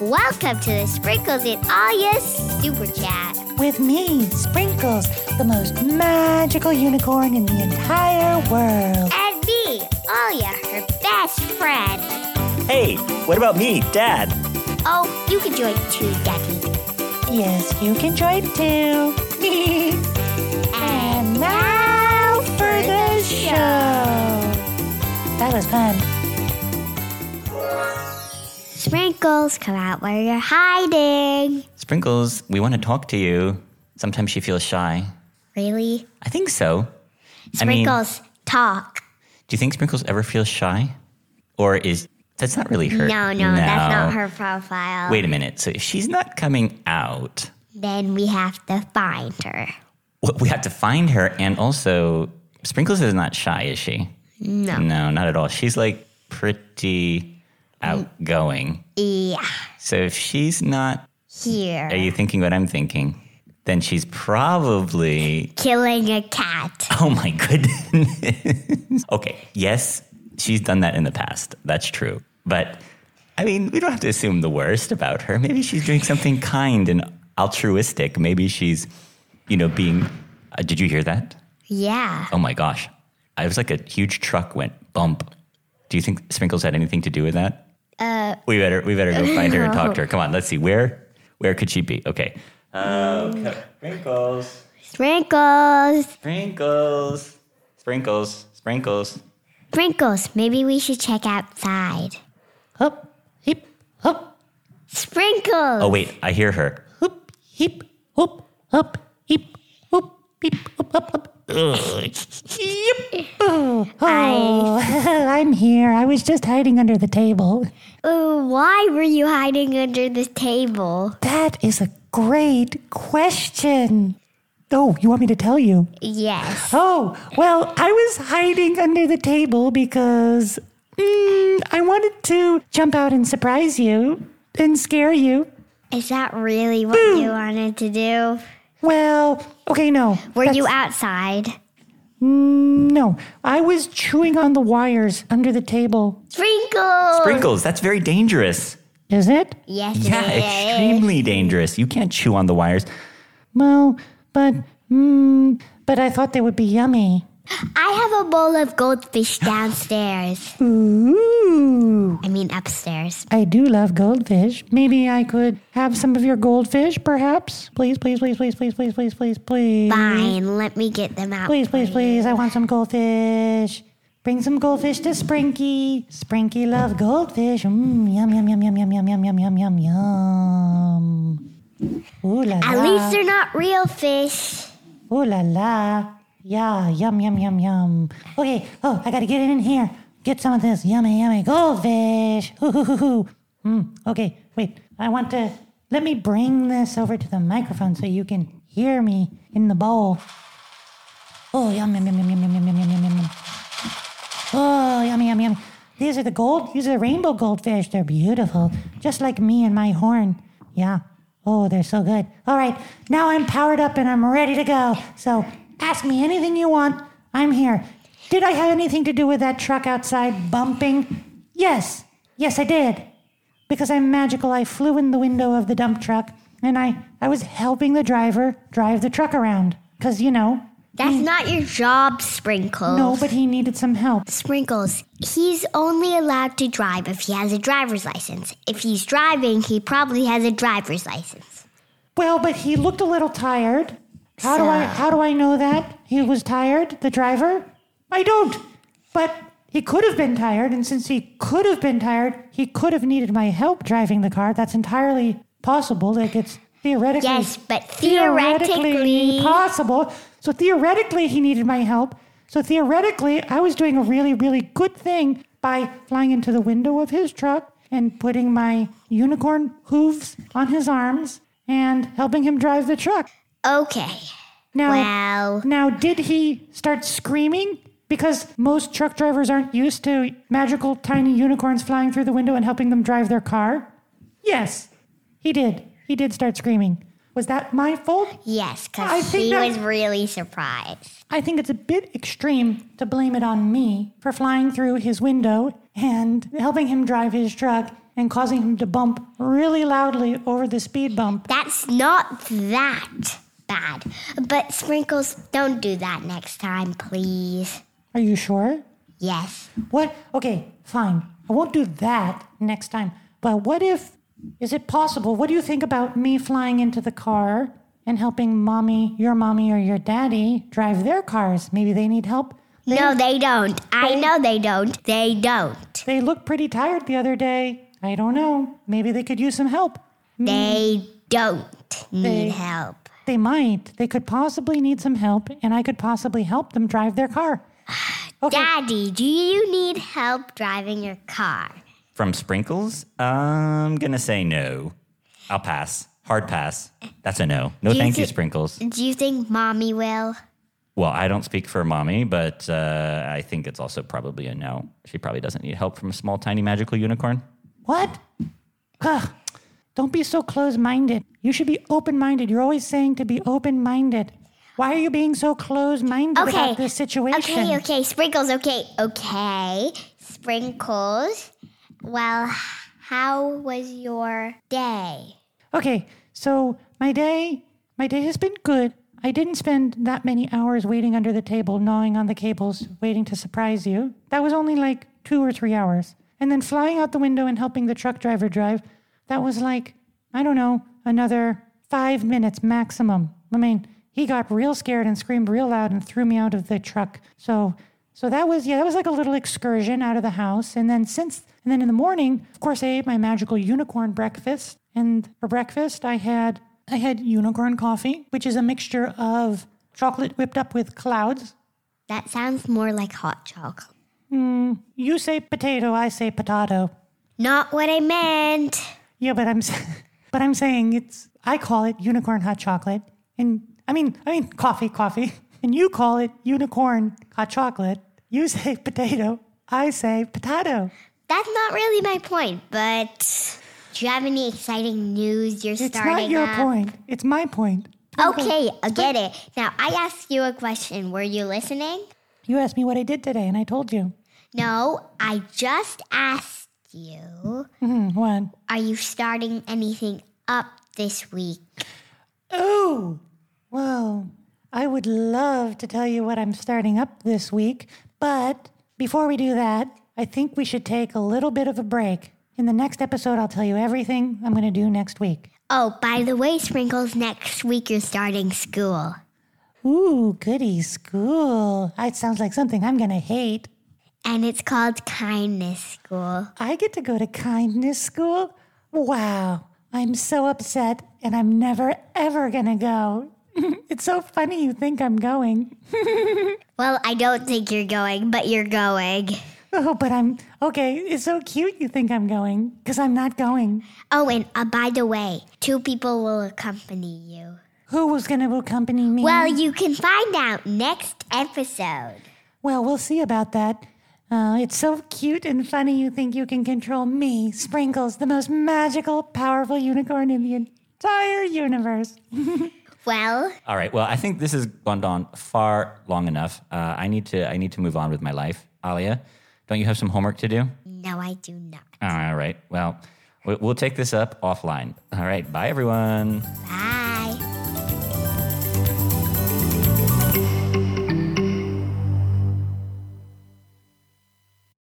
Welcome to the Sprinkles in All Your Super Chat. With me, Sprinkles, the most magical unicorn in the entire world. And me, Olia, her best friend. Hey, what about me, Dad? Oh, you can join too, Daddy. Yes, you can join too. and now for the show. That was fun. Sprinkles, come out where you're hiding. Sprinkles, we want to talk to you. Sometimes she feels shy. Really? I think so. I mean- Sprinkles, talk. Do you think Sprinkles ever feels shy? Or is that's not really her? No, no, that's not her profile. Wait a minute. So if she's not coming out, Then we have to find her. what- we have to find her. And also, Sprinkles is not shy, is she? No. No, not at all. She's like pretty outgoing. Yeah, So if she's not, here. are you thinking what I'm thinking? Then she's probably Killing a cat. Oh my goodness. okay. Yes, she's done that in the past. That's true. But I mean, we don't have to assume the worst about her. Maybe she's doing something kind and altruistic. Maybe she's, you know, being. Uh, did you hear that? Yeah. Oh my gosh. I was like a huge truck went bump. Do you think Sprinkles had anything to do with that? Uh, we better we better go find her and talk to her. Come on, let's see where where could she be? Okay. Uh, Okay. Sprinkles. Sprinkles. Sprinkles. Sprinkles. Sprinkles. Sprinkles, maybe we should check outside. Hop, hip, hop, Sprinkles. Oh, wait, I hear her. hop, hip, hop, hop, hip, hop, hip, hop, hop, hop. Yep. Oh, oh, I'm here. I was just hiding under the table. Uh, why were you hiding under the table? That is a great question. Oh, you want me to tell you? Yes. Oh, well, I was hiding under the table because mm, I wanted to jump out and surprise you and scare you. Is that really what you wanted to do? Well, okay, no. Were you That's- outside? No, I was chewing on the wires under the table. Sprinkles. Sprinkles, that's very dangerous. Is it? Yes. Yeah, it is. extremely dangerous. You can't chew on the wires. Well, but mm, but I thought they would be yummy. I have a bowl of goldfish downstairs. Ooh, I mean upstairs. I do love goldfish. Maybe I could have some of your goldfish, perhaps. Please, please, please, please, please, please, please, please, please. Fine. Mm-hmm. Let me get them out. Please, please, please, I want some goldfish. Bring some goldfish to Sprinky. Sprinky love goldfish. Mmm, yum, yum, yum, yum, yum, yum, yum, yum, yum, yum, yum. Ooh la At la. least they're not real fish. Ooh Oh, la la. Yeah, yum, yum, yum, yum. Okay, oh, I gotta get in here. Get some of this yummy, yummy goldfish. Hoo, hoo, hoo, hoo. Mm, okay, wait. I want to. Let me bring this over to the microphone so you can hear me in the bowl. Oh, yum, yum, yum, yum, yum, yum, yum, yum, yum, yum, yum. Oh, yum, yum, yum. These are the gold. These are the rainbow goldfish. They're beautiful, just like me and my horn. Yeah. Oh, they're so good. All right, now I'm powered up and I'm ready to go. So ask me anything you want. I'm here. Did I have anything to do with that truck outside bumping? Yes. Yes, I did. Because I'm magical, I flew in the window of the dump truck and I, I was helping the driver drive the truck around. Because, you know, That's not your job, Sprinkles. Mm. no, but he needed some help. Sprinkles, he's only allowed to drive if he has a driver's license. If he's driving, he probably has a driver's license. Well, but he looked a little tired. How do I So- how do I know that he was tired, the driver? I don't. But he could have been tired, and since he could have been tired, he could have needed my help driving the car. That's entirely possible. Like it's theoretically Yes, but theoretically. possible. So theoretically, he needed my help. So theoretically, I was doing a really, really good thing by flying into the window of his truck and putting my unicorn hooves on his arms and helping him drive the truck. Okay. Now, Well, now, did he start screaming? Because most truck drivers aren't used to magical tiny unicorns flying through the window and helping them drive their car. Yes, he did. He did start screaming. Was that my fault? yes, I because think he that- was really surprised. I think it's a bit extreme to blame it on me for flying through his window and helping him drive his truck and causing him to bump really loudly over the speed bump. That's not that bad. But Sprinkles, don't do that next time, please. Are you sure? Yes. What? Okay, fine. I won't do that next time. But what if, is it possible? What do you think about me flying into the car and helping mommy, your mommy or your daddy drive their cars? Maybe they need help. No, they don't. I know they don't. They don't. They looked pretty tired the other day. I don't know. Maybe they could use some help. They don't need help. Hmm. They might. They could possibly need some help, and I could possibly help them drive their car. Daddy, do you need help driving your car? From Sprinkles? I'm going to say no. I'll pass. Hard pass. That's a no. No, you thank you, thi- Sprinkles. Do you think mommy will? Well, I don't speak for mommy, but uh, I think it's also probably a no. She probably doesn't need help from a small, tiny, magical unicorn. What? Ugh. Don't be so closed minded. You should be open minded. You're always saying to be open minded. Why are you being so closed minded Okay. about this situation? Okay, okay, sprinkles, okay, okay. Sprinkles. Well, how was your day? Okay, so my day, my day has been good. I didn't spend that many hours waiting under the table, gnawing on the cables, waiting to surprise you. That was only like two or three hours. And then flying out the window and helping the truck driver drive, that was like, I don't know, another five minutes maximum. I mean, he got real scared and screamed real loud and threw me out of the truck. So so that was yeah, that was like a little excursion out of the house. And then since and then in the morning, of course, I ate my magical unicorn breakfast. And for breakfast, I had I had unicorn coffee, which is a mixture of chocolate whipped up with clouds. That sounds more like hot chocolate. You say potato, I say potato. Not what I meant. Yeah, but I'm s- but I'm saying it's I call it unicorn hot chocolate. And I mean I mean coffee, coffee. And you call it unicorn hot chocolate. You say potato, I say potato. That's not really my point, but do you have any exciting news you're It's starting not your up? point. It's my point. Okay, I get it. Now, I asked you a question. Were you listening? You asked me what I did today, and I told you. No, I just asked you, Hmm, What? are you starting anything up this week? Oh, well, I would love to tell you what I'm starting up this week, but before we do that, I think we should take a little bit of a break. In the next episode, I'll tell you everything I'm going to do next week. Oh, by the way, Sprinkles, next week you're starting school. Ooh, goody school. It sounds like something I'm going to hate. And it's called Kindness School. I get to go to kindness school? Wow. I'm so upset and I'm never ever going to go. it's so funny you think I'm going. Well, I don't think you're going, but you're going. Oh, but I'm okay. It's so cute you think I'm going because I'm not going. Oh, and uh, by the way, two people will accompany you. Who was going to accompany me? Well, you can find out next episode. well, we'll see about that. Uh, it's so cute and funny you think you can control me, Sprinkles, the most magical, powerful unicorn in the entire universe. Well, All right. Well, I think this has gone on far long enough. Uh, I need to. I need to move on with my life. Alia, don't you have some homework to do? no, I do not. All right. Well, we- we'll take this up offline. All right. Bye, everyone. Bye.